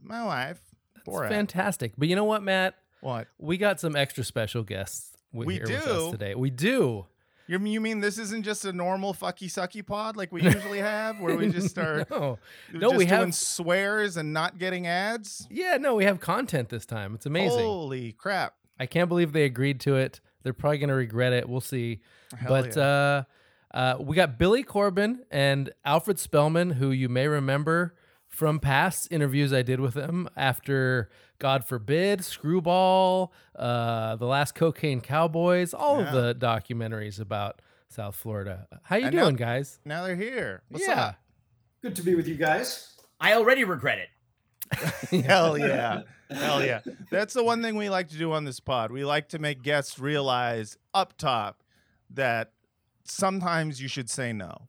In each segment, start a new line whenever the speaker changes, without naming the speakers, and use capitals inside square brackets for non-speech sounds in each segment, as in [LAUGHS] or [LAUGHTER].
my wife, Borat.
Fantastic. But you know what, Matt?
what?
We got some extra special guests wi-
We
here with us
do?
today. We do.
You you mean this isn't just a normal fucky sucky pod like we usually have, where we
[LAUGHS]
just are
No. No,
just
we
doing
have-
swears and not getting ads?
Yeah, no, we have content this time. It's amazing.
Holy crap!
I can't believe they agreed to it. They're probably going to regret it. We'll see.
Hell
but
yeah.
uh, uh, we got Billy Corbin and Alfred Spellman, who you may remember from past interviews I did with them after God Forbid, Screwball, uh, The Last Cocaine Cowboys, all
Yeah.
of the documentaries about South Florida. How you
I know-
doing, guys?
now they're here. What's
yeah.
up? [LAUGHS]
Good to be with you guys.
I already regret
[LAUGHS]
it.
Hell yeah. Hell yeah. That's the one thing we like to do on this pod. We like to make guests realize up top that sometimes you should say no.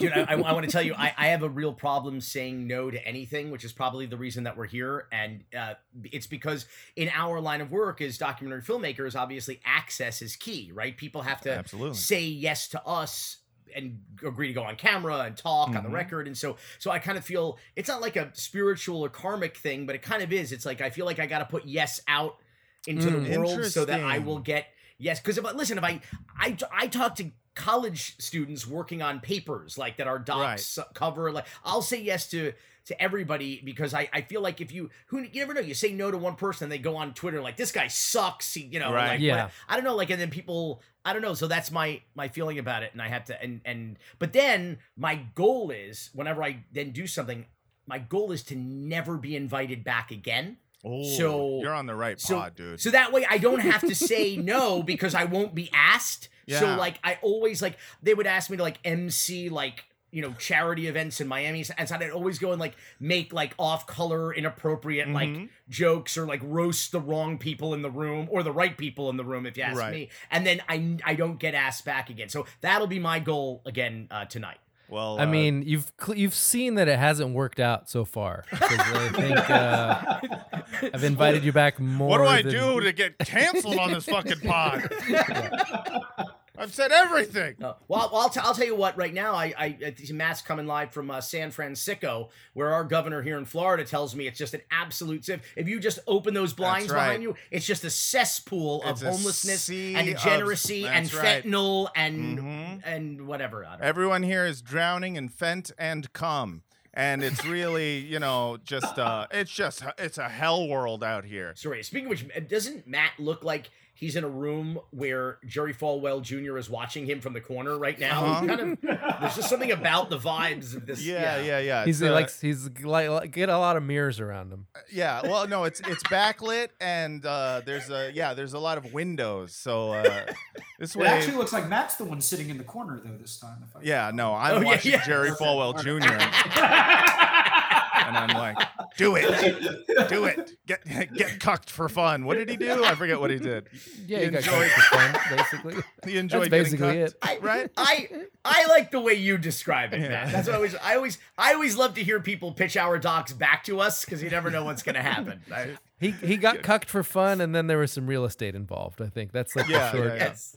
Dude, I, want to tell you, I, I have a real problem saying no to anything, which is probably the reason that we're here. And uh, it's because in our line of work as documentary filmmakers, obviously access is key, right? People have to
Absolutely.
say yes to us and agree to go on camera and talk on the
Mhm.
record and so so i kind of feel it's not like a spiritual or karmic thing but it kind of is it's like i feel like i got to put yes out into
Mm.
the world so that i will
Interesting.
get yes because if I, listen if i i i talk to college students working on papers like that our docs cover like i'll say yes to to everybody because I, I feel like if you who you never know you say no to one person they go on Twitter like this guy sucks he- you know
Right.
like,
Yeah.
what- I don't know like and then people I don't know so that's my my feeling about it and I have to and and but then my goal is whenever I then do something my goal is to never be invited back again
Oh,
So-
you're on the right
so-
pod, dude.
so that way I don't have
[LAUGHS]
to say no because I won't be asked.
Yeah.
So like I always like they would ask me to like MC like you know charity events in Miami and so I'd always go and like make like off color inappropriate like
Mhm.
jokes or like roast the wrong people in the room or the right people in the room if you ask
Right.
me and then I I don't get asked back again. So that'll be my goal again uh, tonight.
well,
I
uh,
mean, you've cl- you've seen that it hasn't worked out so far. 'Cause I think uh, I've invited you back more.
[LAUGHS] what do I
than-
do to get canceled on this fucking pod? I've said everything.
No. Well, well I'll, t- I'll tell you what. Right now, I, I, I see Matt's coming live from uh, San Francisco, where our governor here in Florida tells me it's just an absolute. If, if you just open those blinds
right.
behind you, it's just a cesspool of
It's a
homelessness
sea
and
of-
degeneracy and
that's right.
fentanyl and
Mhm.
and whatever. I don't know.
Everyone here is drowning in fent and cum. And it's really, you know, just uh it's just it's a hell world out here.
Sorry. Speaking of which, uh, doesn't Matt look like he's in a room where Jerry Falwell Jr. is watching him from the corner right now?
Uh-huh.
Kind of. There's just something about the vibes of this.
[LAUGHS] Yeah, yeah, yeah.
He's
It's, uh,
like he's like get a lot of mirrors around him.
yeah. Well, no, it's it's backlit and uh there's a yeah, there's a lot of windows. So uh this
It actually
way
looks like Matt's the one sitting in the corner though this time. If I
Yeah,
[LAUGHS]
no, I'm
Oh, yeah,
watching
yeah.
Jerry
Okay,
Falwell
okay.
[LAUGHS]
Jr. and- and I'm like, "Do it. Do it. Get [LAUGHS] get cucked for fun." What did he do? I forget what he did.
Yeah,
You
you got
enjoy-
caught for fun, basically.
[LAUGHS] He enjoyed
basically
getting
it.
cucked,
I,
right?
I I like the way you describe it,
Yeah.
Matt. That's what I always I always I always love to hear people pitch our docs back to us because you never know what's gonna happen.
[LAUGHS] I-
He he got cucked for fun, and then there was some real estate involved. I think that's like
Yeah,
the short.
yeah, yeah.
Yes.